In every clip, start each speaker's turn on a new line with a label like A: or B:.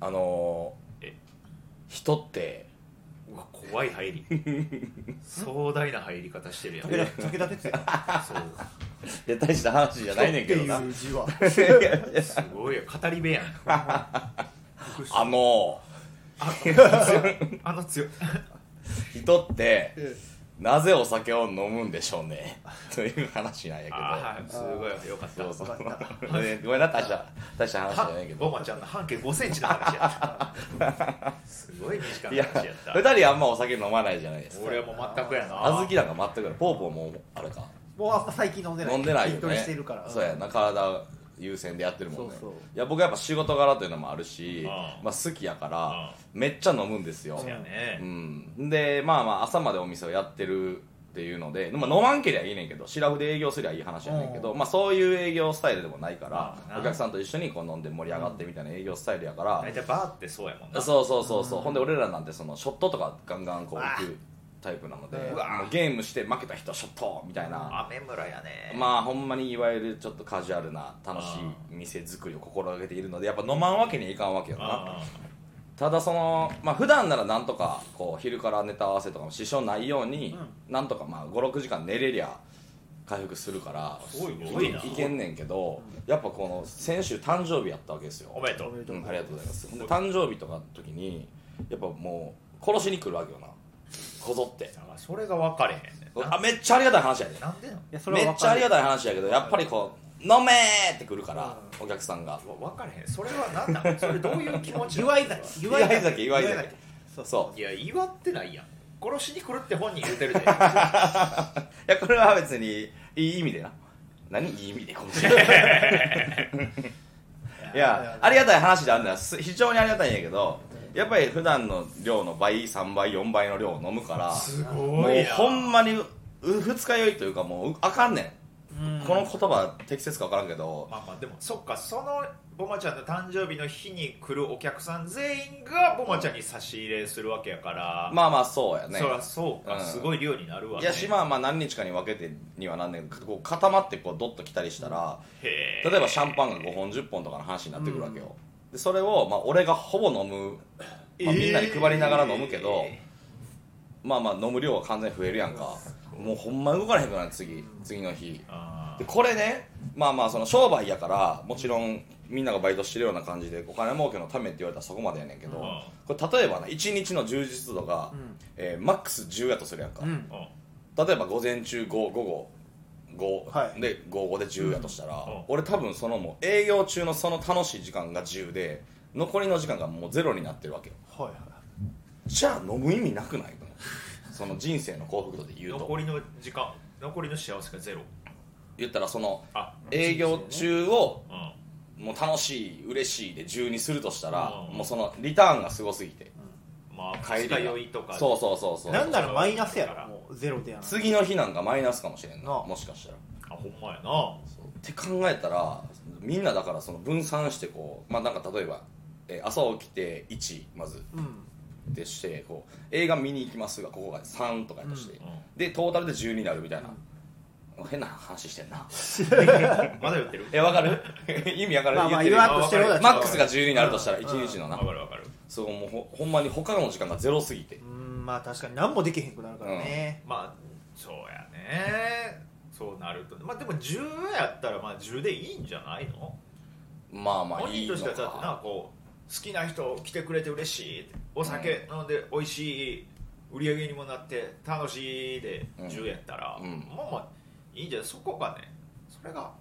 A: あのー
B: え
A: 人って
B: うわ怖い入り壮大な入り方してるやん
C: 武田武田鉄矢
B: そう
A: いや大した話じゃないねんけどな
C: っていう字は
B: すごいよ語り部やん
A: あの
B: あの強い
A: ー人って
C: え
A: なぜお酒を飲むんでしょうねという話なんやけ
B: ああすごいよかっ
A: ど
B: た
A: そうそう、ね、 ごめんな大した大した話じゃないけど
B: ボマちゃんの半径5センチの話やったすごい短
A: い
B: い
A: や
B: 話やった
A: 二人あんまお酒飲まないじゃないですか
B: 俺はもう全くやな
A: あずきなんか全くないポーポーもあれか
C: えもう最近飲んでない
A: 飲んでないよ
C: 筋トレ
A: ね
C: してるから
A: そうやな体優先でやってるもんね
C: そうそう
A: いや僕はやっぱ仕事柄というのもあるし
B: ああ
A: まあ、好きやからめっちゃ飲むんですよ
B: そうやね
A: うん、でまあまあ朝までお店をやってるっていうので、まあ、飲まんけりゃいいねんけどシラフで営業すりゃいい話やねんけど、
C: う
A: まあ、そういう営業スタイルでもないか
B: まあ
A: ら
B: な
A: お客さんと一緒にこう飲んで盛り上がってみたいな営業スタイルやから、
B: 大体バーってそうやもんな
A: そうそうそうそうほんで俺らなんてそのショットとかガンガンこう行くタイプなので
C: う
B: わ
A: もうゲームして負けた人ショットみたいな
B: 雨村やね
A: まあほんまにいわゆるちょっとカジュアルな楽しい店作りを心がけているのでやっぱ飲まんわけにはいかんわけよな
B: あ
A: ただそのまあ普段ならなんとかこう昼からネタ合わせとかも支障ないように、なんとかまあ56時間寝れりゃ回復するから
B: すごい
A: い
B: すごいな
A: けんねんけど、やっぱこの先週誕生日やったわけですよ
B: おめでと
C: おめで
B: う
C: と
A: う、
C: うん
A: ありがとうございますほんで誕生日とかの時にやっぱもう殺しに来るわけよなこぞって
B: だからそれが分かれへんねんな
A: あめっちゃありがたい話やね
B: なんでなの
C: いやそれ
A: め
C: は
A: っ
C: 分
A: ちゃ
C: か
A: あ
C: る
A: りがたい話やけどやっぱりこう「飲め!」って来るからお客さんが
B: わ分かれへんそれは何なのそれどういう気持ちなの
C: 祝い酒
A: 祝い酒祝い
C: 祝
A: 酒
C: そう
A: そ
B: いや祝ってないやん殺しに来るって本人言うてる で
A: ういやこれは別にいい意味でな何いい意味でこの人いやありがたい話であるのはす非常にありがたいんやけどやっぱり普段の量の倍3倍4倍の量を飲むから
B: す
A: も
B: ごいうな
A: ほんまにう二日酔いというかもうあかんねん、
C: うん
A: この言葉適切か分からんけど、
B: まあまあでもそっかそのボマちゃんの誕生日の日に来るお客さん全員がボマちゃんに差し入れするわけやから、
A: まあまあそうやね
B: そりゃそうか、
A: うん
B: すごい量になるわ
A: い
B: ね
A: やしまあまあ何日かに分けてにはなんねんけどこう固まってこうドッと来たりしたら、
B: へ
A: 例えばシャンパンが5本10本とかの話になってくるわけよ、でそれをまあ俺がほぼ飲む、まあ、みんなに配りながら飲むけど、まあまあ飲む量は完全に増えるやんかもうほんま動かれへんくなる次次の日
B: あ
A: でこれねまあまあその商売やからもちろんみんながバイトしてるような感じでお金儲けのためって言われたらそこまでやねんけど、
B: うん
A: これ例えばね1日の充実度が、
C: うん
A: えーマックス10やとするやんか、
C: うん
B: ーうん
A: 例えば午前中5午後5、
C: はい
A: で午後で10やとしたら、
B: うん
A: 俺多分そのもう営業中のその楽しい時間が10で残りの時間がもうゼロになってるわけよ
C: はいはい
A: じゃあ飲む意味なくないのその人生の幸福度で言うと
B: 残りの時間残りの幸せがゼロ
A: 言ったらその
B: あ
A: 営業中を
B: うんあ
A: もう楽しい嬉しいで10にするとしたら、
B: うん
A: もうそのリターンがすごすぎて
B: まあ
A: 帰り
B: 帰
A: が
B: り酔いとか
A: そうそうそうそう
C: なんならマイナスやろもうゼロでやな
A: 次の日なんかマイナスかもしれんな
C: なあ
A: もしかしたら
B: あほんまやな
A: って考えたらみんなだからその分散してこうまあなんか例えば、えー朝起きて1まず
C: うん
A: でしてこう映画見に行きますがここが3とかやとして、
B: うん
A: でトータルで12になるみたいな、変な話してんな
B: まだ言ってる
A: えわかる 意味わかる、
C: まあまあ
A: 言ってる
C: 言わんとしてることは
A: マックスが12になるとしたら
C: うん
A: 1日のな、
B: わかるわかる
A: そうもうほほんまに他の時間がゼロすぎて
C: うんまあ確かに何もできへんくなるからね
B: まあそうやねそうなるとまあでも10やったらまあ10でいいんじゃないの
A: まあまあ
B: 本
A: いい
B: 人
A: の
B: としてはだってな
A: か
B: こう好きな人来てくれて嬉しいってお酒飲んで美味しい売り上げにもなって楽しいで
A: うん
B: 10やったら、
A: うん
B: もうもういいんじゃないそこがねそれが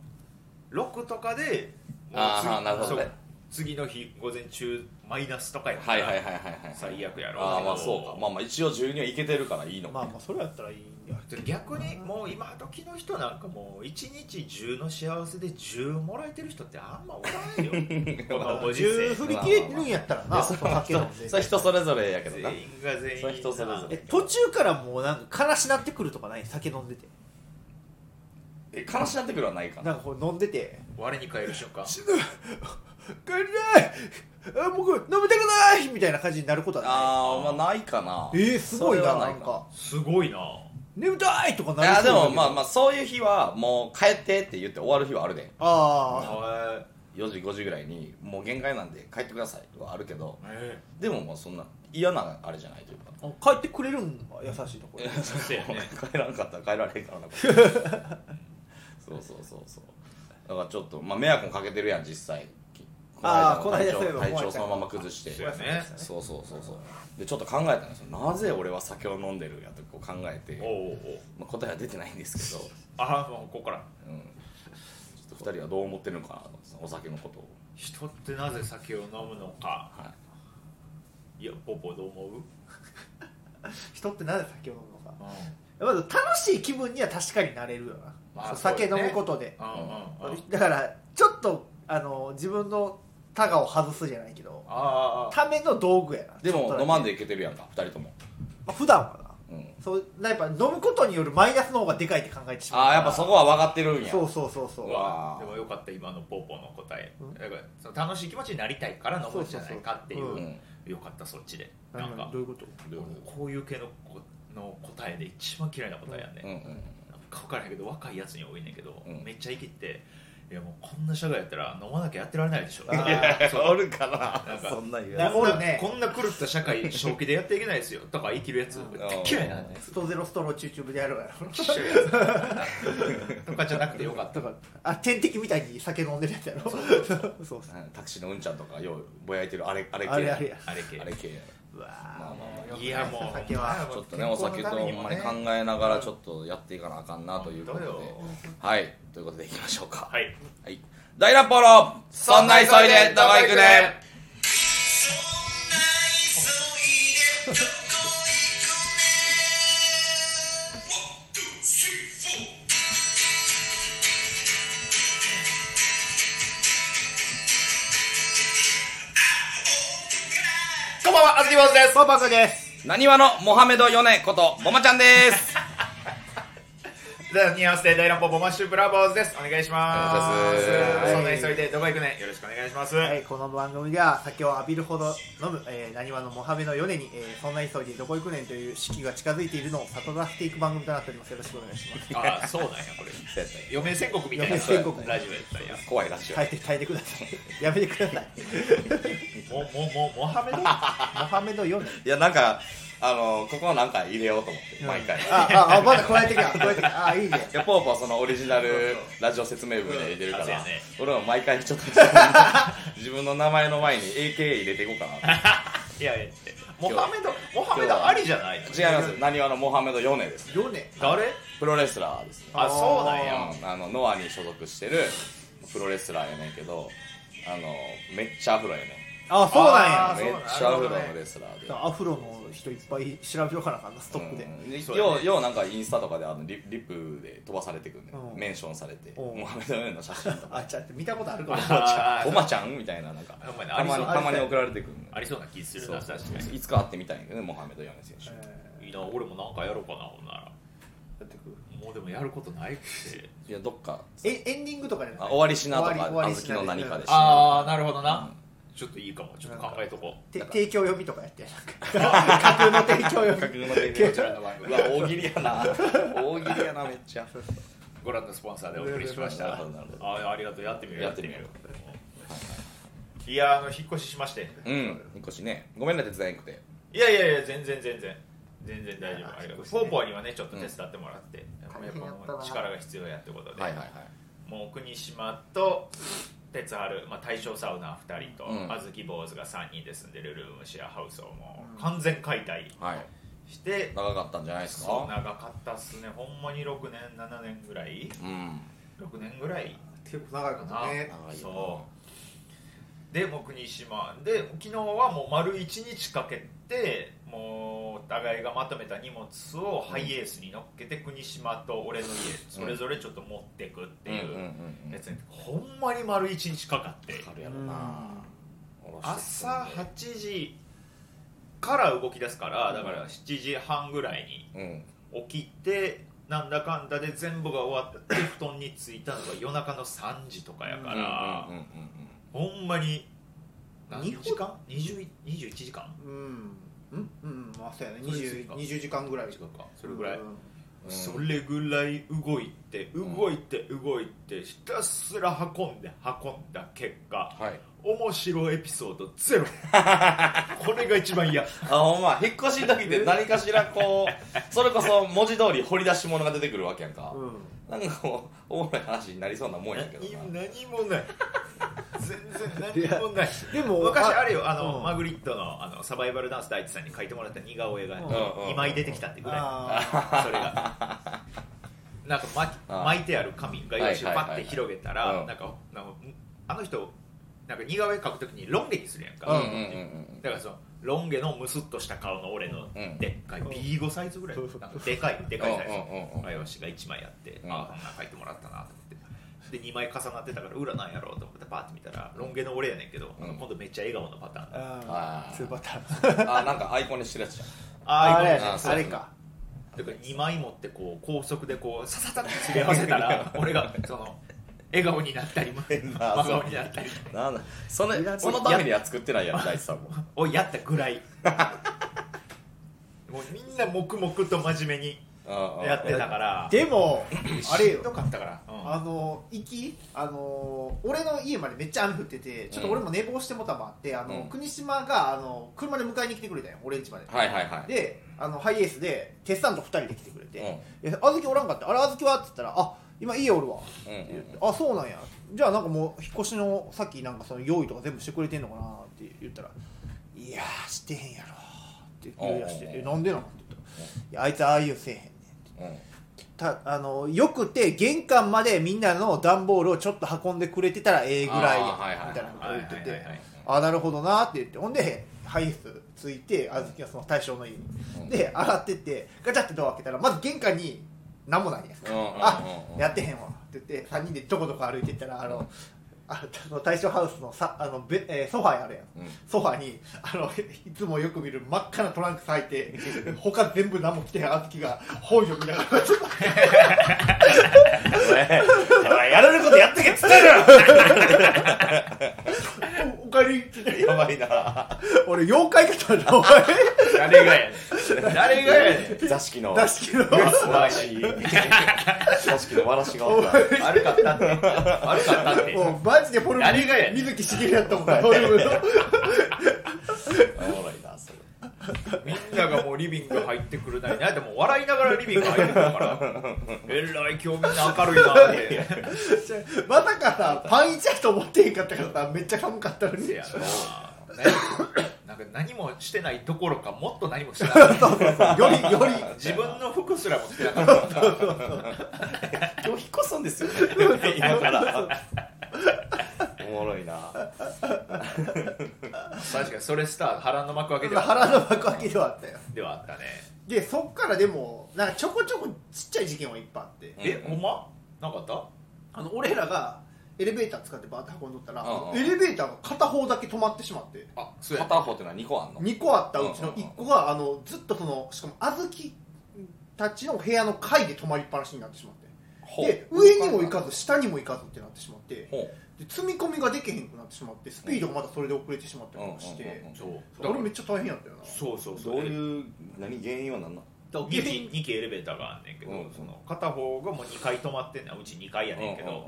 B: 6とかでもう
A: あー
B: 次
A: なるほどね
B: そう次の日午前中マイナスとかやった
A: はい
B: ら、
A: はいはいはいはい
B: 最悪やろ
A: ああまあそうかまあまあ一応12はいけてるからいいのか、
C: まあまあそれやったらいいんや
B: で逆にもう今時の人なんかもう1日10の幸せで10もらえてる人ってあんまおらんよこのご時世
C: 10振り切れるんやったら
A: いや
C: な
A: それ
C: お
A: は
C: 酒飲んで
A: 人それは人それぞれやけどな
B: 全員が全員
A: それ人それぞれ
C: え途中からもうなんか悲しなってくるとかない酒飲んでて
A: え悲しなってくるはないか
C: な
A: なん
C: かこう飲んでて
B: 我に返る瞬間
C: 帰りたいあ僕飲みたくないみたいな感じになることはない
A: ああまあないかな
C: えー、すごい
A: そ
C: な
A: れは
C: ないんか
B: すごいな
C: 眠たいとか
A: い
C: なり
A: や
C: そうだ
A: で
C: け
A: も
C: ど
A: まあまあそういう日はもう帰ってって言って終わる日はあるで
C: あ
B: あ
A: 4時5時ぐらいにもう限界なんで帰ってくださいはあるけど
B: え
A: でももうそんな嫌なあれじゃないというか
C: あ帰ってくれるんは優し いところ
B: えそうやね
A: 帰らんかったら帰られへんからなこれ そうそうそうそうだからちょっと、まあ、迷惑もかけてるやん実際
C: あー
A: この間の
C: この間そういえ
A: 体調
C: ば思わ
A: 体調
C: れた
A: そのまま崩して
B: そうやね
A: そうそうそうそうでちょっと考えたんですよなぜ俺は酒を飲んでるやとこう考えて
B: お、おうおう
A: まあ、答えは出てないんですけど、
B: ああここから
A: うん、ちょっと2人はどう思ってるのかなと思ってお酒のことを
B: 人ってなぜ酒を飲むのか
A: はい
B: いやポポどう思う
C: 人ってなぜ酒を飲むのかまず楽しい気分には確かになれるよな、
B: まあ
C: そう酒
B: そうよ
C: 飲
B: ね
C: むことで、
B: うんうんうん
C: だからちょっとあの自分のタガを外すじゃないけど
B: ああ
C: ための道具やな
A: で
C: ちょっとだ
A: も
C: け
A: 飲まんでいけてるやんか2人とも、
C: まあ、普段はな
A: うん、
C: そうやっぱ飲むことによるマイナスの方がでかいって考えてしまう
A: ああやっぱそこは分かってるんや
C: そうそうそうそうう
A: わ
B: でもよかった今のポポの答え
C: うん
B: だからその楽しい気持ちになりたいから飲むんじゃないかってい
C: そう
A: う
C: そ
B: うんよかったそっちでな
C: 何
B: ん
C: 々
B: か
C: どういうこと
A: どういう
B: こういう系のこの答えで一番嫌いな答えやね
A: うんうん
B: なんか分からへんけど若いやつに多いねんけど、
A: うん
B: めっちゃイキっていやもうこんな社外やったら飲まなきゃやってられないでしょ
C: あー
A: いや
B: そう
A: おるか
B: なん か
A: なそんなん言う
C: な
A: や
C: ん
A: つ
C: かおるね
B: こんな狂った社会正気でやっていけないですよとか生きるやつ
C: うん
B: 大っ嫌いなんで
C: ストゼロストローチューチューブでやるわよ
B: とかじゃなくてよかった
C: とかあ天敵みたいに酒飲んでるやつやろ そうそう
A: タクシーのうんちゃんとかようぼやいてるあれあれ系
C: あれあれや
A: や
B: あれ系
A: あれ系や
C: うわ
A: まあまあ
C: ー
B: いやもう
C: 酒は
A: ちょっとねお酒とほんまに考えながらちょっとやっていかなあかんなということで
B: 本当よ
A: はいということでいきましょうか
B: はい
A: はい大乱暴のそんな急いでどこ行くね
B: こんばんはあずき坊主です
C: パパカです
A: なにわのモハメドヨネことボマちゃんです
B: では、ニュアンスで大乱暴ボマッシュブラボーズです。お願いします。
A: お願いします
B: そんな急いで、どこ行くね。よろしくお願いします。
C: はい、この番組では酒を浴びるほど飲む、えー、何話のモハメのヨネに、えーそんな急いでどこ行くねんという四季が近づいているのを悟らせていく番組となっております。よろしくお願いし ます。
B: ああ、そうなんや、これ。余命宣告みたいな
C: 余命宣告
B: ラジオやったんや。
A: 怖いラジオ
C: 耐えて耐えてくださ い。やめてください。
B: も、も、も、モハメド
C: モハメのヨネ。
A: いやなんかあのここなんか入れようと思って毎回
C: あ、あ、あ、まだ加えてきた、加えてきた。あ、いいね。
A: でポーポはそのオリジナルラジオ説明文で入れるか
B: うんそう
A: ら、
B: やね
A: 俺は毎回ちょっと自分の名前の前に AKA 入れていこうかな
B: いや、えって。モハメド、モハメドありじゃない
A: 違い
B: の
A: ますなにわのモハメド・ヨネです
C: ヨネ。
B: 誰
A: プロレスラーですね
B: あ、そうなん
C: い
B: や。
A: うんあのノアに所属してるプロレスラーやねんけどあのめっちゃアフロやねん
C: あ、そう
B: あ
C: なん
B: そ
A: め
B: う
A: っ
B: なんや
A: ちゃアフロのレスラーで
C: や。アフロの人いっぱい調べようかなあかんな、ストックで。
A: うんで
B: そうやね
A: ようようなんかインスタとかであのリリップで飛ばされてくるね、
C: うん
A: メンションされて
C: うん
A: モハメド・ヨネの写真とか
C: あ、ちゃって見たことあるかも。
A: 「
B: あ
A: お
B: ー
A: まちゃん?」みたいななんか
B: お前ね
A: たまに
B: ありそう
A: たまに送られてくる
B: ありそうな気する
A: そう
B: な、
A: そう
B: 確
A: そ
B: か
A: う
B: に。
A: いつか会ってみたいんやけどねモハメド・ヨネ選手、
C: え
B: いいな、俺もなんかやろうかな、ほんなら。
C: ーやってくる
B: もうでもやることないって。
A: いやどっか
C: え、エンディングとかじゃ
A: あ
C: ない
A: 終わりしなとか
C: 終わり終わり
A: 小
C: しな
A: 豆の何かでしな
B: あー、なるほどな。ちょっといいかも。ちょっと考えとこ
C: て提供読みとかやって。なんか架空の提供読み。
A: 格の提
B: う。こ
A: 供
B: ちらの番
A: う
B: 組
A: わ。 大喜利やな大喜利やなめっちゃ
B: ご覧のスポンサーでお送りしました。
A: なる
B: あ
A: ほどなるほど
B: ーありがとう、やってみよう。
A: やってみよう
B: う。いや、あの、引っ越ししまして。
A: うん引っ越しねごめんね手伝えんくて
B: いやいやいや、全然全然。全然大丈
C: あ
B: 夫。ありがとう。
C: 引っ越しね
B: ポーポーにはね、ちょっと手伝ってもらって、
C: うん
B: やっぱ
C: 大変やったな
B: 力が必要やってことで、
A: はいはいはい
B: もう国島と哲治、まあ、大正サウナ2人と、
A: うん
B: あずき坊主が3人で住んでるルームシェアハウスをも
C: うん
B: う完全解体
A: はい
B: して、
A: 長かったんじゃないです
B: そう
A: か
B: 長かったっすね、ほんまに6年、7年ぐらい、
A: うん
B: 6年ぐらい
C: 結構長いことね。
A: 長い
B: そ
A: よ
B: うでもう国島で昨日はもう丸1日かけてもうお互いがまとめた荷物をハイエースに乗っけて国島と俺の家それぞれちょっと持ってくって
A: うんうん
B: い
A: うん
B: う
A: うん
B: やつにほんまに丸1日かかって
A: かかるやろな
B: 朝8時から動き出すからだから7時半ぐらいに
A: うん
B: 起きてなんだかんだで全部が終わって布団に着いたのが夜中の3時とかやから。
A: うんうんうん
B: ほんまに
C: 何
B: 何時間20 ?21 時間
C: うん。うん、うん、まあ、そうやね。
B: そうですか
C: 20 20時間ぐらい。
B: かそれぐらい
C: う
A: う
C: ん
A: うん
B: それぐらい動いて動いて動いてひたすら運んで運んだ結果
A: はい
B: 面白いエピソード ゼロこれが一番嫌
A: あほんま引っ越しの時って何かしらこうそれこそ文字通り掘り出し物が出てくるわけやんか、
C: うん
A: なんかこうおもろい話になりそうなもんやけどな
B: 何もない全然何もない
C: でも
B: 昔あれよあの、
C: うん
B: マグリットのあのサバイバルダンス大地さんに書いてもらった似顔絵が、
C: うん
A: うん
B: 2枚出てきたってぐらい
C: あ
B: それがなんか巻き
A: あー
B: 巻いてある紙が用紙をパ
A: は
B: ッ
A: いはいはいは
B: て
A: い
B: 広げた
A: う
B: ら
A: ん
B: なんかなんかあの人なんか似顔絵描くときにロン毛にするやんか、
A: うんうんうん
B: だからそのロン毛のムスっとした顔の俺の
A: うん
B: でっかい
C: うん
B: B5 サイズぐらい
C: そ
B: な
C: うんそう
B: かでかいでかいサイズ
A: うんうんうんうん
B: の画用紙が1枚あって
A: うん
B: ああこんなん書いてもらったなと思ってで2枚重なってたから裏なんやろうと思ってパッて見たらロン毛の俺やねんけど
A: うん
B: 今度めっちゃ笑顔のパターン
C: ーあ
A: あ
C: ー
A: ー
C: ツーパターン
A: あなんかアイコンにしてるやつじ
C: あ
B: あ
C: れ
B: あ
C: や
B: い
C: ね
B: う
A: あそう
C: あれか
B: だから2枚持ってこう高速でこうさささってすり合わせ たら俺がその笑顔になったり真
A: な
B: 顔になったり
A: ゃんなんだそ
C: いらな
A: れ
C: い
A: そのためには作ってないやん大地さんも
B: をやったぐらい もうみんな黙々と真面目に
A: うんうん
B: やってたから
C: でもあれ
B: しんど
C: よ
B: かったから、うん
C: あの行きあの俺の家までめっちゃ雨降っててちょっと俺も寝坊してもたもあってあの、
A: うん
C: 国島があの車で迎えに来てくれたよ俺ん家まで、
A: はいはいはい
C: であのハイエースでテスタンと2人で来てくれて
A: うん
C: 「いやあずきおらんかってあれあずきは?」っつったら「あ今家おるわ」
A: うんうん
C: って言って「あそうなんやじゃあなんかもう引っ越しのさっきなんかその用意とか全部してくれてんのかな」って言ったら「いやーしてへんやろ」って言い出して
A: おうおうお
C: 「
A: う
C: えなんでなの?」って言ったら「いやあいつああいうせえへんねん」
A: うん
C: たあのよくて玄関までみんなの段ボールをちょっと運んでくれてたらええぐら
A: あ
C: い
A: ーはいはいは
C: や
A: い
C: みたいなことを言って
B: はい
C: て
B: はいはい
C: ああなるほどなって言ってほんでハイエース着いてあずきがその大将の家に、
A: うん
C: で洗ってってガチャってドア開けたらまず玄関に何もないや
A: うん
C: ん
A: うんうんうん
C: あやってへんわって言って3人でちょこちょこ歩いてったらあのああの大将ハウスのさあのベ、えーソファーあるやん
A: うん
C: ソファにあのいつもよく見る真っ赤なトランクス履いて他全部何も着てへんあずきが本読みながら
A: おいお前やれることやってけっつって
C: おおかえりって
A: るやばいな
C: 俺妖怪かと思ったお前
B: 誰がやねん誰がやねん
A: 座敷の
C: 出し切ろ
A: 素晴らしい座敷のわらしがおった
B: 悪かったって悪かったって
C: もうマジでフォルム
B: 誰がやねん
C: 水木しげるやったもんなフォルムの
A: おもろいなそれ
B: みんながもうリビング入ってくるなりなでも笑いながらリビング入ってく るからえらい今日みんな明るいなって
C: まさかさパンイチやと思ってへんかったからさめっちゃ寒かったのに
B: せやなねなんか何もしてないどころかもっと何もしてなかった
C: よりより
B: 自分の服すらも着てなかった
A: 今日引っ越すんですよね今からおもろいな
B: 確かにそれスター腹の幕開けでは
C: 腹の幕開けではあったよ
B: ではあったね
C: でそっからでもなんかちょこちょこちっちゃい事件はいっぱいあって
B: えほんまなかった
C: あの俺らがエレベーター使ってバーって運んどったら
A: うんうん
C: エレベーターが片方だけ止まってしまって
B: あそうや
A: 片方ってのは2個あんの
C: 2個あったうちの1個があのずっとそのしかも小豆たちの部屋の階で止まりっぱなしになってしまって
A: ほう
C: で上にも行かず下にも行かずってなってしまってで
A: ほう
C: 積み込みができへんくなってしまってスピードがまたそれで遅れてしまったりとかして、
A: うんうんうんうん
B: そうだ
C: 俺
B: から
C: めっちゃ大変やったよな
B: そうそうそう
A: どういう何原因は何なの
B: だから2機二機エレベーターがあんねんけど、
A: うん
B: その片方がもう2階止まってんねんうち2階やねんけど、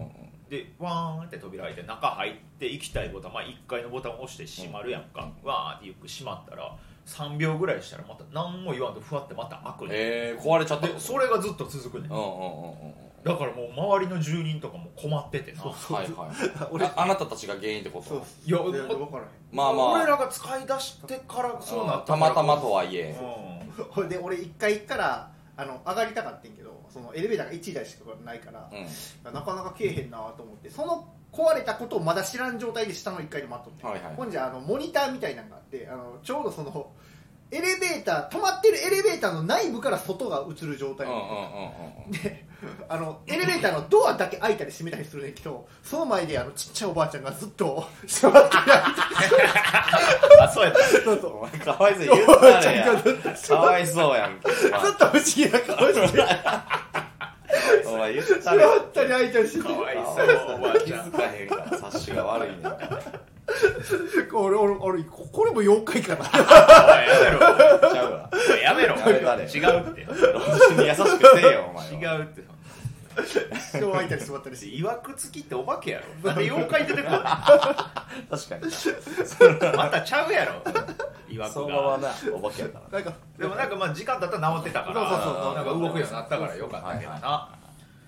B: でワーンって扉開いて中入って行きたいボタン、まあ、1階のボタンを押して閉まるやんか、ワーンってゆっくり閉まったら3秒ぐらいしたらまた何も言わんとふわってまた開くねん、
A: えー、壊れちゃった
B: でそれがずっと続くねん、
A: うんうんうんうん
B: だからもう周りの住人とかも困っててな
A: はいはい俺ああなたたちが原因ってこと
C: そう
B: いや
C: いや
B: ま
C: 分からへん
A: まあまあ
B: 俺らが使い出してからそうなったた
A: またまと
B: は、
A: はいえ
B: う
C: ほ いで俺1回行ったらあの上がりたかったんけどそのエレベーターが1台しかないから、
A: うん
C: なかなかけえへんなと思ってその壊れたことをまだ知らん状態で下の1階で待っとって、
A: はいはい
C: ほんじゃあのモニターみたいなのがあってあのちょうどそのエレベーター止まってるエレベーターの内部から外が映る状態
A: うんうんうんうん
C: であのエレベーターのドアだけ開いたり閉めたりするねんけどその前であのちっちゃいおばあちゃんがずっと座って
B: んあそうやった
C: そうそう
A: お前かわいそう言ったらや
C: おばあちゃんが
A: かわいそうやんけ
C: ずっと不思議な顔して座
A: お前言ったらや
C: ったり開いたりしてて
B: かわいそうおばあちゃん
A: 気づかへんから察しが悪いねん
C: 俺俺俺ここれも妖怪かな
B: や
A: ちゃうわ
B: めろおい
A: や
B: や
A: めた
B: め
A: で
B: ろ違うって
A: 老人に優しくせえよお前は
B: 違うって
C: 人を開いたりしまった りして
B: いわくつきってお化けやろだって妖怪出てこない
A: 確かに
B: またちゃうやろい わ
A: そ
B: く
A: のまま
B: が
A: なお化けやから
C: なんか
B: でもなんかまあ時間経ったら治ってたから
C: そうそうそう
B: なんか動くようになったからよかったけどな
A: な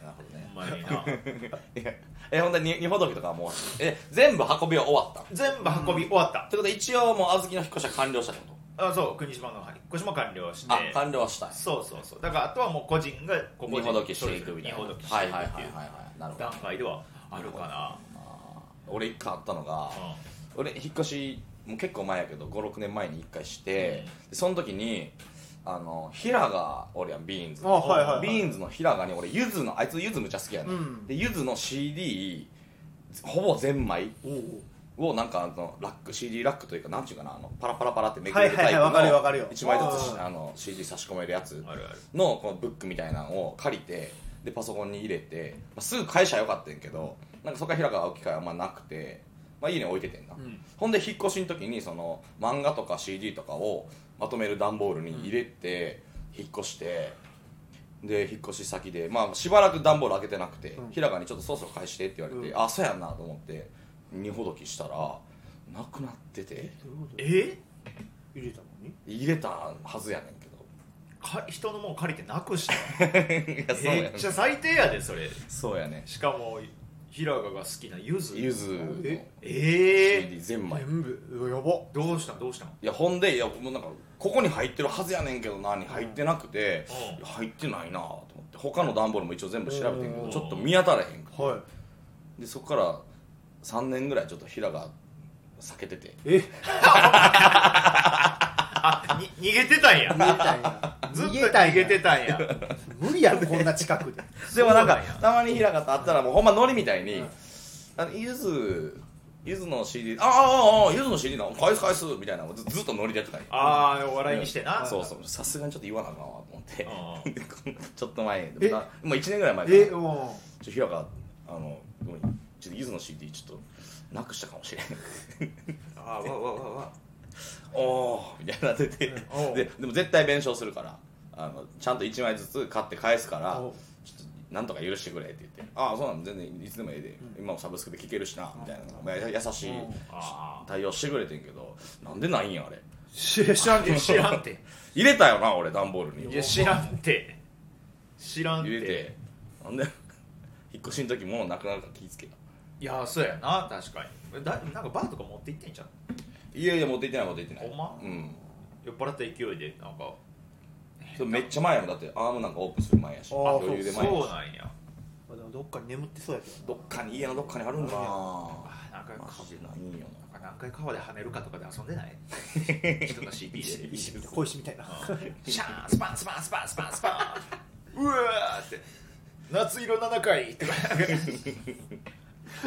A: るほどね
B: ほんまにない
A: やえほんでに荷ほどきとかはもうえ全部運びは終わったっ
B: 全部運び終わった
A: てことは一応もう小豆の引っ越しは完了したってこ
B: あそう国島の引っ越しも完了し
A: と
B: て
A: あ完了はしたい
B: そうそうそうだからあとはもう個人がここ
A: 荷ほどきしていくみたいな
B: 荷ほどきし
A: は
B: てい
A: い
B: く
A: はいは
B: って
A: い
B: い
A: は
B: う
A: いなるほど
B: 段階ではあるか
A: 俺一回あったのが
B: な、
A: 俺引っ越しもう結構前やけど56年前に一回して、でその時にあの平賀おるやんビーンズ
C: あはいはいはい
A: ビーンズの平賀に俺ゆずのあいつゆずむちゃ好きやね、
C: うん
A: んでゆずの CD ほぼ全枚
C: おうおう
A: をなんかあのラック CD ラックというかなんていうかなあのパラパラパラってめくれるタイプ
C: はいはいはいわかるわかるよ
A: の1枚ず
C: う
A: つ
C: ん
A: あの CD 差し込めるやつ
B: うんあるある
A: のこのブックみたいなのを借りてでパソコンに入れて、まあ、すぐ返しはよかったんやけどなんかそこから開か会う機会はあんまなくて、まあ、家に置いててんな、
C: ん
A: ほんで引っ越しの時にその漫画とか CD とかをまとめる段ボールに入れて、引っ越してで引っ越し先で、まあ、しばらく段ボール開けてなくて、
C: うん
A: 平賀に「ちょっとそろそろ返して」って言われて「
C: う
A: あそうやんな」と思って荷ほどきしたらなくなってて
C: どういうこと
B: え
C: 入れたのに
A: 入れたはずやねんけど
B: か人のもん借りてなくした
A: いや そう
B: め
A: や
B: っ
A: ね
B: ちゃ最低やでそれ
A: そうやね
B: しかも平賀が好きなゆず
A: ゆずの
C: え
B: ええ
A: CD 全枚
C: 全部うわやば
B: どうしたんどうしたん
A: いやほんでいやもうなんかここに入ってるはずやねんけどなに入ってなくて、
B: うん
A: いや入ってないなと思って他の段ボールも一応全部調べてんけ
C: う
A: ど
C: ん
A: ちょっと見当たらへんくて、
C: はい
A: でそこから3年ぐらいちょっと平が避けてて
C: えっ
B: あに逃げてたんや
C: 逃げたんや
B: ずっと
C: 逃げた
B: 逃
C: んや
B: げてたんや
C: 無理やろこんな近く で
A: でもなんか
B: そうなんや
A: たまに平がと会ったらもうほんまノリみたいに
C: う
A: 「
C: ん
A: あのゆずゆずの CD ああああああゆずの CD な返す返す」みたいなのをずずっとノリでやってたんや
B: ああお笑いにしてな
A: そうそうさすがにちょっと言わなあかんわと思って
B: あ
A: ちょっと前に
C: え
A: まあもう1年ぐらい前かな
C: えも
A: ちょ平があのごめんちょっとゆずの CD ちょっとなくしたかもしれん
B: あーわわわわ
A: おおみたいになってて、
C: うんおう
A: ででも絶対弁償するからあのちゃんと1枚ずつ買って返すから
C: おう
A: ちょっとなんとか許してくれって言ってああそうなの全然いつでもええで、今もサブスクで聴けるしなみたいなまあや優しい
C: うん
B: あ
A: 対応してくれてんけどなんでないんやあれ
C: う知らん
B: ーいや知らんて
A: 入れたよな俺段ボールに
B: いや知らん て知らんて
A: 入れてなんで引っ越しの時物なくなるから気ぃつけた
B: いやそうやな確かにだなんかバーとか持って行ってんじゃん
A: いやいや持って行ってない持って行ってない
B: ほんま
A: うん
B: 酔っ払った勢いでなんか
A: そうめっちゃ前やもんだってアームなんかオープンする前やし
C: あー
A: 余裕で
B: そ
A: 前や
B: う
A: し
B: なんや
C: まあでもどっかに眠ってそうやけど
A: どっかに家のどっかにあるんかな
B: あなんか
A: マジでないんよな
B: 何回川で跳ねるかとかで遊んでない人の CD で
C: な石みたい小石みたいな
B: シャーンスパンスパンスパンスパンスパンうわーって夏色7回とか
A: や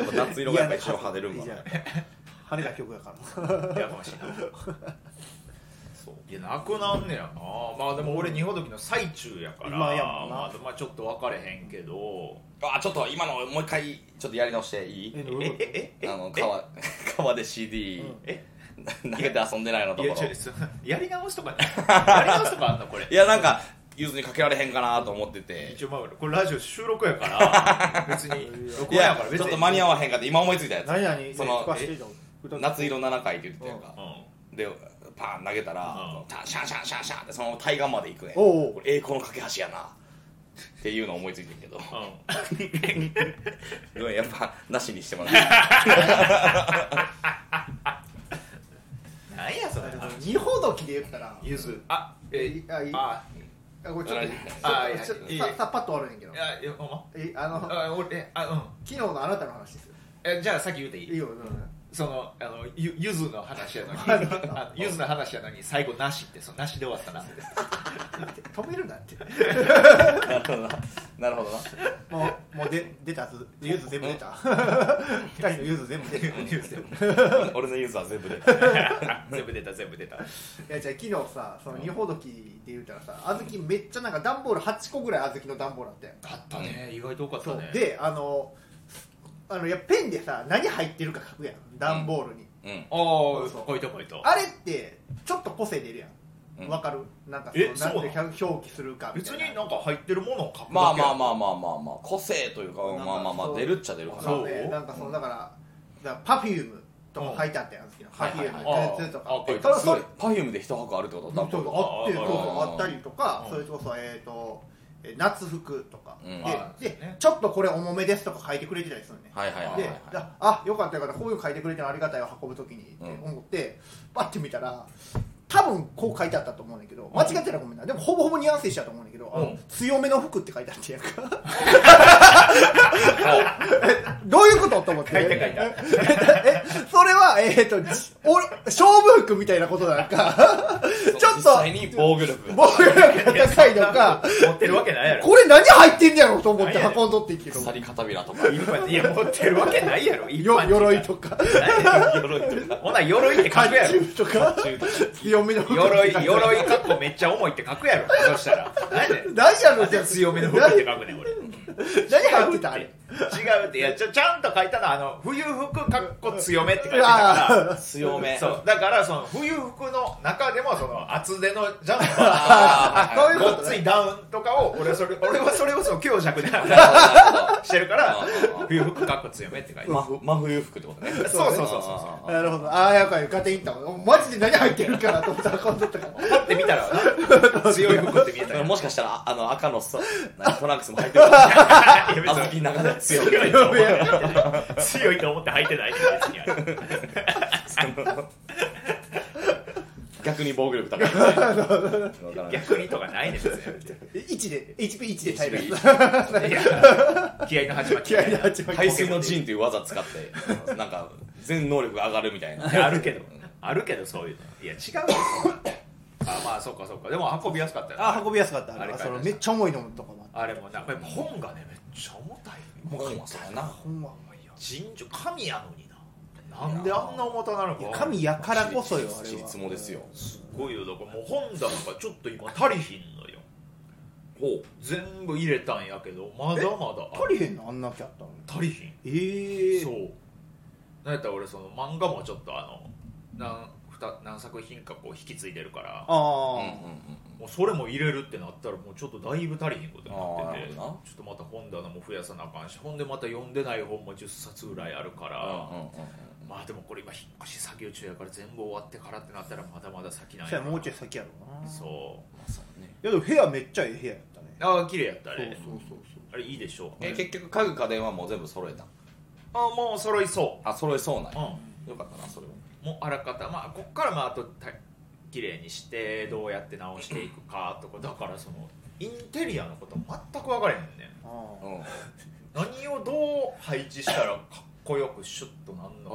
A: っぱ夏色がやっぱ一応跳ねるんか
C: い
A: な
C: や羽田曲だから
B: やかましいなそういやなくなんねやなまあでも俺日本時の最中やから
C: 今やもんな
B: まあ、まあちょっと分かれへんけど
A: あちょっと今のもう一回ちょっとやり直していい
C: えどういうこと
B: え
A: あの川 川で CD
B: え
A: 投げて遊んでないのと
B: い
A: こ
B: や
A: ろ
B: 違うそうや り直し とかねやり直しとかあんのこれ
A: いやなんかゆずにかけられへんかなと思ってて
B: 一応まあこれラジオ収録や から別に
A: い
B: 録音や
A: や
B: から別
A: ちょ
B: に
A: っと間に合わへんかって今思いついたや
C: 何々
A: その
C: 詳しいの
A: つ夏色7回って言ってたやんか
B: うん
A: でパン投げた
B: う
A: ら
B: ん
A: シャンシャンシャンシャンってそのまま対岸まで行くねん
C: おう
A: これ栄光の架け橋やなっていうの思いついてるけど
B: う
A: ごめんやっぱなしにしてもらって
B: ん、何やそれ
C: 二ほどきで言ったら
B: ゆずあえ
C: あいい
B: あ
C: あこれちょっと
B: あい
C: ちょっと
B: いいいい
C: ささっぱっと終わるねんけど
B: いやいやほんま
C: えあの昨
B: あ俺えあうん
C: 日のあなたの話ですよ
B: えじゃあさっき言うていい
C: いいよ
B: そのあのゆゆずの話 やのにあゆずの話やのに最後なしってそのなしで終わったなって
C: 止めるなって
A: なるほどななるほどな
C: もうもうで出たずゆず全部出 た二人のゆず全部出たい
A: 俺のユーザー全部で
B: 全部出た全部出た
C: やじゃあ昨日さその二ほどきで言ったらさあずきめっちゃなんか段ボール八個ぐらいあずきの段ボールあったやん
B: あったね意外と多かっ
C: そ
B: た
C: う
B: ね
C: であのあのいやペンでさ何入ってるか書くやん段ボールに、
A: うん
B: お
C: そ
B: お
C: うそう
B: こいとこいと
C: あれってちょっと個性出るや
A: うん
C: んわかるなんか
B: え
C: その
B: そうな
C: なんで表記するかみ
B: 別
C: たい
B: に
C: な
B: なんか入ってるものを書くだけ
A: まあまあま
B: あ
A: あまあまあまあ個性というか
C: なんか
A: まあまあま
C: そ
A: あ
C: う
A: 出るっちゃ出るか
C: そう
A: な
C: ね
B: そう
C: なんかそのだからだから Perfume とか書いてあったやん好きな
A: はいはいはい
C: Perfume のやつと
B: あ
C: か
B: ーあー
C: ただ
A: す
C: そ
A: ご
C: れ
A: いパフュームで一箱あるってこと
C: そ
A: だ
C: うそうあって
B: あ
C: そう
B: あ
C: そう
A: あ
C: あったりとか
B: うん
C: それこそえっとえ夏服とか
A: うん
B: あ
C: で
B: そうね
C: でちょっとこれ重めですとか書いてくれてたりするね
A: はいはいはいは
C: で
A: い
C: だあよかったからこういうの書いてくれてるのありがたいを運ぶときにって思って、パッて見たら多分こう書いてあったと思うんだけど間違ってたらごめんなでもほぼほぼニュアンス一緒だと思うんだけど、あの
B: うん
C: 強めの服って書いてあってやんか どういうことと思って
B: 書いて書いて
C: えそれはえっ、とじお勝負服みたいなことなんかちょっと
A: 実際に防御力
C: 防御力が高いのか
B: 持ってるわけないやろ
C: これ何入ってんねやろと思って運んどっていってる
A: 鎖片びらとか
B: 一般いや持ってるわけないやろ一
C: よ
B: 般人
C: 鎧とか
A: 鎧とか
B: ほな鎧って書
C: 甲
B: くやろ
C: 冑とか強めの服
B: 鎧 鎧かっこめっちゃ重いって書くやろそしたら何やねん
C: 何やろ
B: なん
C: じ
B: で
C: ゃあ
B: 強めの服って書くねん俺
C: 何入ってたあ
B: 違
C: れ
B: うっていやちゃちゃんと書いたのはあの冬服かっこ強めって書いてたから
A: 強め
B: そうだからその冬服の中でもその厚手のジャンパー
A: あ
C: あそういう
B: ご
C: こと
B: っついダウンとかを俺はそれ俺はそれをその強弱で
A: ーなるほどなるほど
B: してるから
A: あー
B: 冬服かっこ強めって書いて
A: ま真冬服ってことね
B: そうそうそうそう
A: あー
C: なるほどああやっぱ床手いったわマジで何入ってるかなと思ったらこんだったから
B: パッて見たら強い服って見え
A: だ
B: た
A: から
B: よ
A: もしかしたらあの赤のそなんかトランクスも入ってるかもしれない小豆の中で強い
B: 強いと思って強いと思って履いてないって別にあれ
A: 逆に防御力高いわから ない
B: 逆にとかないねん別に
C: 1で HP1 で耐えるやつ
B: いや気合いの始まり
C: 気合いの始まり
A: 海水の陣という技使ってなんか全能力が上がるみたいな
B: あるけど あるけどそういうのいや違うよ そんなあまあそうかそうかでも運びやすかったよ
C: あ運びやすかったあれ
B: あれ
C: は
B: 買い
C: そ
B: ました
C: のめっちゃ重いのとかもあっ
B: あれもなんかやっぱ本がねめっちゃ重たい
A: もうそうやな
C: たほんま
B: 尋常神やのにななんであんな重たなの
C: い
B: か
C: や神やからこそよあれ
A: ちり
C: は
A: つもですよ
B: すごいよだからもう本棚がちょっと今足りひんのよ
A: ほ
B: 全部入れたんやけどまだまだあ
C: 足りへんのあんなきゃあったの
B: 足りひん
C: ええ
B: そうなんやったら俺その漫画もちょっとあのなんふた何作品かこう引き継いでるから
A: ううんうん
C: あ
B: もうそれも入れるってなったらもうちょっとだいぶ足りひんことになって
A: あーなる
B: てち
A: ほどな
B: ょっとまた本棚も増やさなあかんしほんでまた読んでない本も10冊ぐらいあるから、
A: うんうん
B: まあでもこれ今引っ越し作業中やから全部終わってからってなったらまだまだ先なん
C: そ
B: や
C: やもうちょい先やろうなう
B: そう
C: いやでも部屋めっちゃええ部屋やったね
B: ああ綺麗やったあれ
C: そうそうそう
B: あれいいでしょう
A: え結局家具家電はもう全部揃えた
B: あもう揃いそ
A: あ揃えそうなん
B: う、う
A: や
B: ん、
A: よかったなそれは
B: もうあらかたまあこっからまああとた綺麗にしてどうやって直していくかとかだからそのインテリアのこと全く分からへんねん
C: そうああ
A: うん
B: 何をどう配置したらかっこよくシュッとなん
A: あ
B: の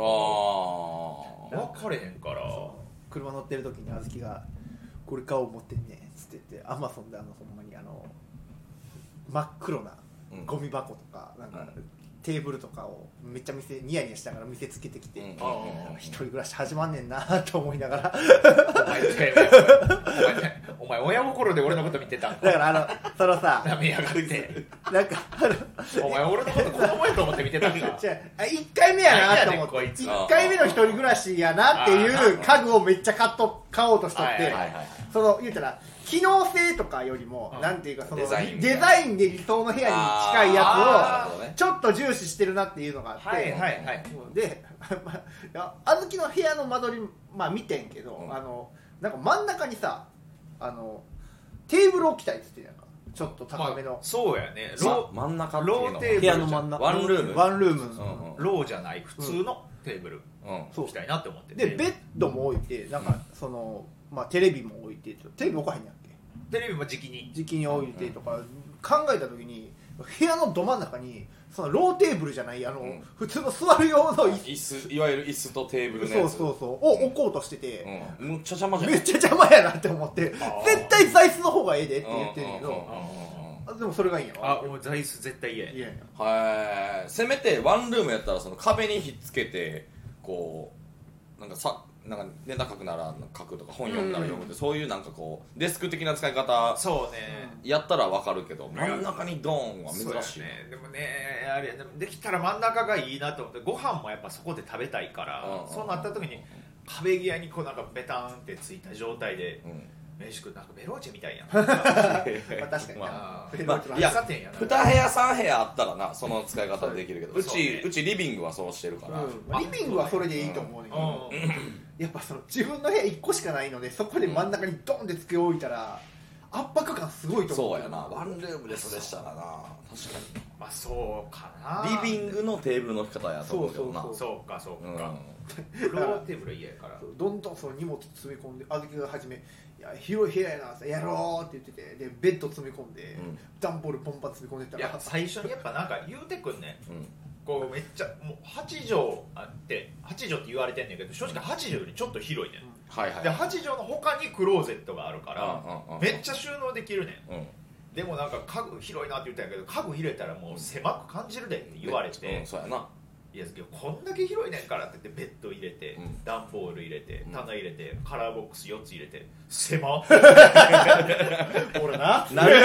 A: あ
B: か分かれへんから
C: そう車乗ってる時にあずきが「これ買おう持ってんねん」っつって言ってアマゾンであのほんまにあの真っ黒な
A: うん
C: ゴミ箱とかなんか
A: うん
C: テーブルとかをめっちゃ見せニヤニヤしながら見せつけてきて、
A: うん
C: あ一人暮らし始まんねんなと思いながら
B: お前てお前お前親心で俺のこと見てたん
C: だ
B: か
C: からあのそのさ
B: なめやが って
C: なんかあの
B: お前俺のこと子供やと思って見てたんか
C: じゃあ1回目やなと思
B: 何や
C: っ
B: ねん
C: て
B: こいつ
C: 1回目の一人暮らしやなっていう家具をめっちゃ買っと買おうとしとって、
B: はい
A: はいはいはい
C: その言うたら機能性とかよりも、
B: うん
C: なんていうかその
A: デザイン
C: デザインで理想の部屋に近いや
B: あ
A: ーなるほどね
C: つをちょっと重視してるなっていうのがあって、
B: はいはいはい
C: で、 まあいや、あずきの部屋の間取り、まあ、見てんけど、
A: うん
C: あのなんか真ん中にさあのテーブル置きたいっつってんやんかちょっと高め
B: まあ
C: の、
B: そうやね
A: ま
B: ロ
A: 真ん中
B: ローテーブル
A: 部屋
B: の真ん
A: 中ワンルーム
C: ワンルーム、
A: うん
B: ーローじゃない普通のテーブル
A: うん
C: そう
B: したいなって思ってて
C: でベッドも置いてなんかその、まあ、テレビも置いてテレビ置かへんやんけ
B: テレビも時期に
C: 時期に置いてとか考えた時に部屋のど真ん中にそのローテーブルじゃないあの、
A: うん
C: 普通の座る用の椅子、
A: 椅子いわゆる椅子とテーブルの
C: そ
A: や
C: う
A: つ
C: そうそうを置こうとしてて、
A: うんむっちゃ邪魔じゃん
C: めっちゃ邪魔やなって思って
B: あー
C: 絶対座椅子の方がええでって言ってるけ
A: うんうん
C: ど
A: うんうん
C: あでもそれがいいんやろ
B: あもう座椅子絶対嫌や
C: いやいや
A: はいせめてワンルームやったらその壁にひっつけてこうなんかさなんか寝た書くなら書くとか本読むなら読むって、そういうなんかこうデスク的な使い方
B: そうね、
A: やったらわかるけど真ん中にドーンは珍しい
B: そうやねでもねあれでもできたら真ん中がいいなと思ってご飯もやっぱそこで食べたいから、
A: うん
B: そうなった時に壁際にこうなんかベタンってついた状態で
A: うん
B: 飯食うなんかベローチェみたいやんあ
C: まあ確かにな
A: まあ
B: あ
C: ベ
B: ベ
C: ロ
B: ロ
C: ー
B: ーチ
C: チェ
B: ェ
A: いや
B: 喫茶店やな
A: 2部屋3部屋あったらなその使い方できるけどう
B: そう
A: ち
B: ね
A: うちリビングはそうしてるから、
C: うんリビングはそれでいいと思うねんけど
B: うん
C: やっぱその自分の部屋1個しかないのでそこで真ん中にドンって机置いたら圧迫感すごいと思
A: そ
C: う
A: うやなワンルームでそれしたらな確かに
B: まあそうかな
A: リビン
B: グ
A: グのテーブルの置き方やと思うけどな
C: そう
B: そうかそう
A: うん
B: か、フローテーブル家やから
C: そうどんどんその荷物詰め込んであずきが初めいや広い部屋やなやろうって言っててでベッド詰め込んで、
A: うん
C: 段ボールポンパン詰め込んでた
B: いや
C: ら
B: 最初にやっぱなんか言うてくんね
A: うん
B: こうめっちゃもう8畳あって8畳って言われてんねんけど正直8畳よりちょっと広いねん
A: はいはい
B: で8畳の他にクローゼットがあるか
A: うんうんうん
B: らめっちゃ収納できるね
A: うん
B: んでもなんか家具広いなって言ったんやけど家具入れたらもう狭く感じるでって言われ
A: うん
B: て
A: そうやな
B: 「いやけどこんだけ広いねんから」って言ってベッド入れて
A: うん
B: 段ボール入れて
A: うん
B: 棚入れてカラーボックス4つ入れて 狭っ
C: 俺な
A: なる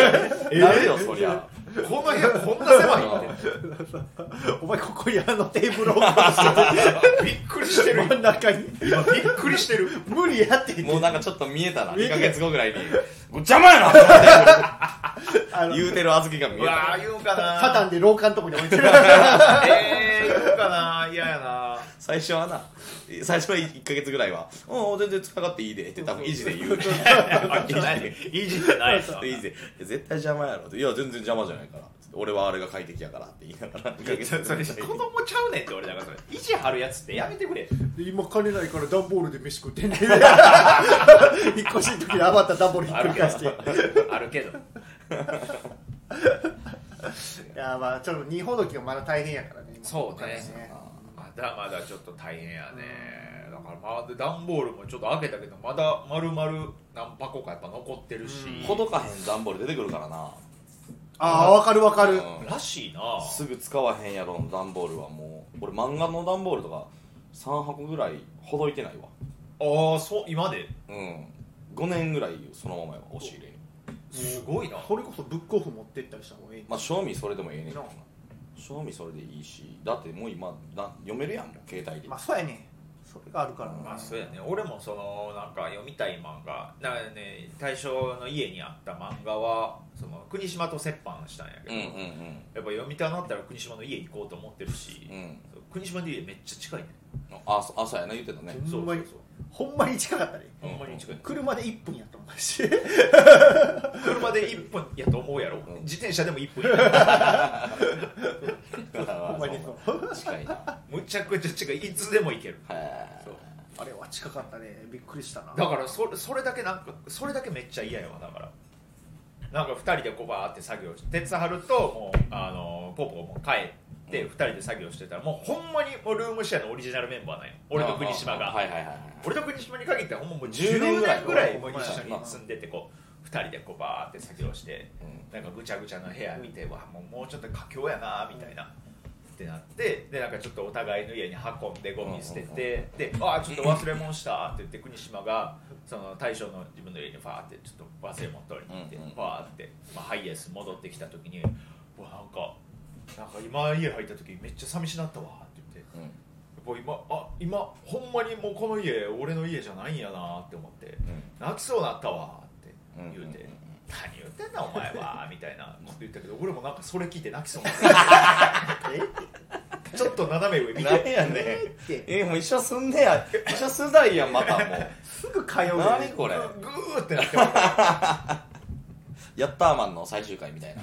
A: よなるよそりゃ
B: この部屋こんな狭いって
C: お前ここやのテーブル置くの
B: びっくりしてる
C: 真ん中 に
B: 今びっくりしてる
C: 無理やって言って
A: もうなんかちょっと見えたな
C: 見え
A: 2
C: て
A: ヶ
C: る
A: 月後ぐらいに「もう邪魔やな!
C: あ」の
A: 言うてる小豆が見え
B: うわ
A: た
B: ー言うかな
C: サタンで廊下のとこに置いてる
B: えー、言うかな嫌やな
A: 最初はな最初は1ヶ月ぐらいは「うん全然使がっていいで」って多分維持で言う維持で
B: いじってない
A: 維持で「絶対邪魔やろ」って「いや全然邪魔じゃないから」俺はあれが快適やから」って言いながら2ヶ月
B: それ子供ちゃうねんって俺だからそれ意地張るやつってやめてくれ
C: 今金ないから段ボールで飯食って んねん引っ越しの時に余った段ボールひっくり返してい
B: あるけど
C: やまあちょっと日本の時はまだ大変やからね今
B: そうね
A: あ
B: まだまだちょっと大変やねだからまだ段ボールもちょっと開けたけどまだ丸々何箱かやっぱ残ってるし、
C: う
A: ーほどかへん段ボール出てくるからな
C: ああわかるわかる、
A: うん
B: らしいな
A: すぐ使わへんやろの段ボールはもう俺漫画の段ボールとか3箱ぐらいほどいてないわ
B: ああそう今で
A: うん5年ぐらいそのままやわ押し入れに
B: すごいな
C: それこそブックオフ持ってったりした方がいい
A: まあ賞味それでもええねんけどな
C: な
A: 賞味それでいいしだってもう今な読めるやんもう携帯で、
C: まあそうやねそれがあるからな、
B: まあそうやね俺もそのなんか読みたい漫画だからね大正の家にあった漫画はその国島と折半したんや
A: う
B: けど、
A: んうん
B: やっぱ読みたなったら国島の家行こうと思ってるし、
A: うんうん
B: 国島の家めっちゃ近いね
A: あそあそうやな言ってたね
C: ほ
B: そ
C: ん
B: う
C: ま
B: そ
C: に
B: うそう
C: ほんまに近かったね
A: うん
B: ほんまに近い
C: 車で1分やと思うし
B: 車で1分やと思うやろ、
A: ん
B: 自転車でも1分や ろ
C: ほんまにそう
A: 近いなは
B: むちゃくちゃ近いいつでも行ける
A: い
B: そう
C: あれは近かったねびっくりしたな
B: だからそれそれだけなんかそれだけめっちゃ嫌やわだからなんか2人でこうバーって作業して鉄張るともうあのーポーポーも帰って
A: うん
B: 2人で作業してたらもうほんまにもうルームシェアのオリジナルメンバーなんよ俺と国島
A: あああはい
B: が
A: はいはいはい
B: 俺と国島に限ってはほんまもう
A: 10
B: 10
A: 年
B: 年
A: ぐらい
B: ぐらいも
A: ほ
B: うん一
A: まやな
B: 緒に住んでてこう2人でこうバーって作業してなんかぐちゃぐちゃな部屋見てわもうもうちょっと佳境やなみたいな。ってなってでなんかちょっとお互いの家に運んでゴミ捨ててで「ああちょっと忘れ物した」って言って国島がその大将の自分の家にファーってちょっと忘れ物取りに行って
A: うんうん
B: ファーって、まあ、ハイエース戻ってきた時に「うわなんかなんか今家入った時めっちゃ寂しなったわ」って言って。
A: うんうん
B: やっぱ今あ今ほんまにもうこの家俺の家じゃないんやなって思って泣きそうなったわって言うて、
A: うんうんうん
B: 何言ってんだお前はみたいなこと言ったけど俺もなんかそれ聞いて泣きそうになっ
C: え
B: たちょっと斜め上見
A: なん
B: て
A: やねん
C: って
A: えもう一緒すんねや一緒すだいやんまたもう
C: すぐ通うよね
A: 何これ
B: グーってなってます
A: ヤッターマンの最終回みたいな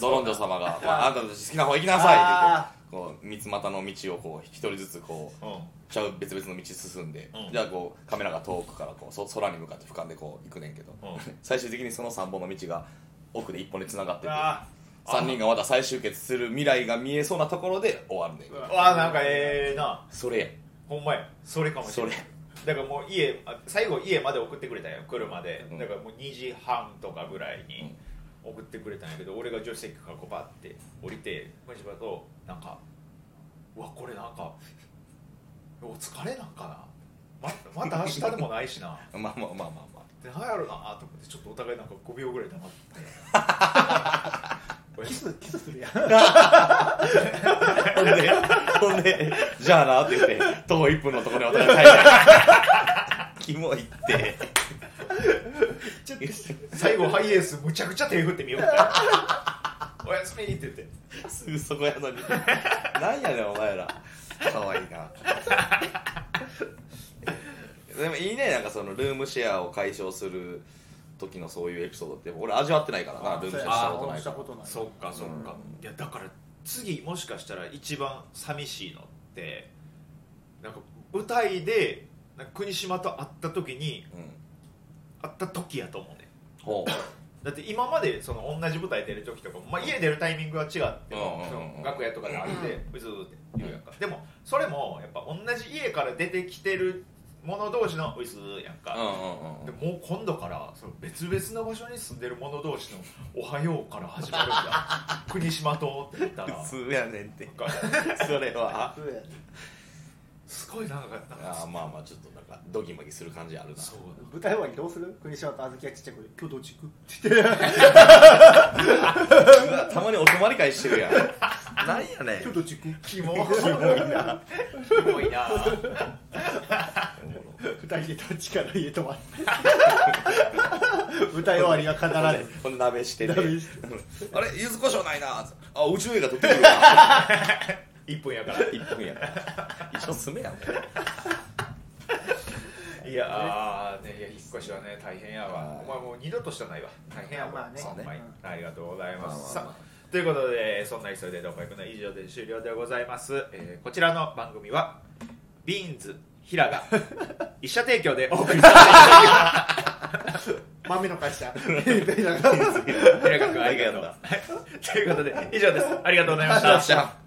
A: ドロンジョ様が、まあ、あんたたち好きな方行きなさ
C: あ
A: いって言ってこう三つ股の道をこう一人ずつこう
B: うん
A: ちゃう別々の道進んで、
B: うん
A: じゃあこうカメラが遠くからこうそ空に向かって俯瞰でこう行くねんけど、
B: うん
A: 最終的にその3本の道が奥 で一本に繋がってて
B: あ
A: 3人がまた再集結する未来が見えそうなところで終わるねんけ
C: う
A: ど
C: わ
B: わあなんかええな
A: それや
B: ほんまやそれかもしれない
A: そ
B: だからもう家あ最後家まで送ってくれたんよ車で、
A: うん
B: だからもう2時半とかぐらいに送ってくれたんやけど俺が助手席からこうバッて降りて小島となんか「うわこれなんかお疲れなんかなまた明日でもないしな
A: まあまあまあまあま
B: でなんやろうなと思ってちょっとお互いなんか5秒ぐらい黙って
C: キスキスするやん
A: あほんでほんでじゃあなって言って徒歩1分のところにお互い帰ってキモいって
C: ちょっと
B: 最後ハイエースむちゃくちゃ手振ってみようみたいな おやすみって言って
A: すぐそこやのになんやねんお前らかわいいなでもいいねなんかそのルームシェアを解消する時のそういうエピソードって俺味わってないからなルームシェアしたことない
C: した
A: か
C: ことない
B: そうかそうか、いやだから次もしかしたら一番寂しいのってなんか舞台でなんか国島と会った時に
A: らうん
B: 会った時やと思うね
A: ほう
B: だって今までその同じ舞台出る時とかも、まあ、家出るタイミングは違っても、
A: うん
B: そ
A: うんうん
B: の楽屋とかで会って「うずー」って言うやんか、でもそれもやっぱ同じ家から出てきてる者同士の「うずー」やんか、
A: うんうんうん
B: でもう今度からその別々の場所に住んでる者同士の「おはよう」から始まるんだ国島とって言ったら
A: 普通やねんって
B: なんか
A: それは
C: そうやね
B: すごい長かった
A: あーまあまあちょっとなんかドギマギする感じあるな
B: そう
C: 舞台終わりどうする国島と小豆がちっちゃい子で今日どっち行くって言って
A: うわたまにお泊まり会してるやんなんやねん
C: 今日どっち行く
B: キモいなキモいな
C: 二人でどっちから家泊まって 舞台終わりは 必ず
A: ほんで鍋してて
C: 鍋し
A: あれ柚子胡椒ないなあ宇宙映画撮ってくる わ
B: 1分やから
A: 一分やから一緒に住めやん
B: いやあーねいや引っ越しはね大変やわ
A: はい
B: お前もう二度としたないわ大変やわ、
C: まあね
B: ほんまに
C: う
B: ありがとうございます、
A: まあまあまあ
B: さあということでそんな急いでどこ行くの以上で終了でございます、えーこちらの番組はビーンズ平賀一社提供でお送りします
C: 豆の会社
B: 平賀君ありがとうということで以上ですありがとうございました
A: よっしゃ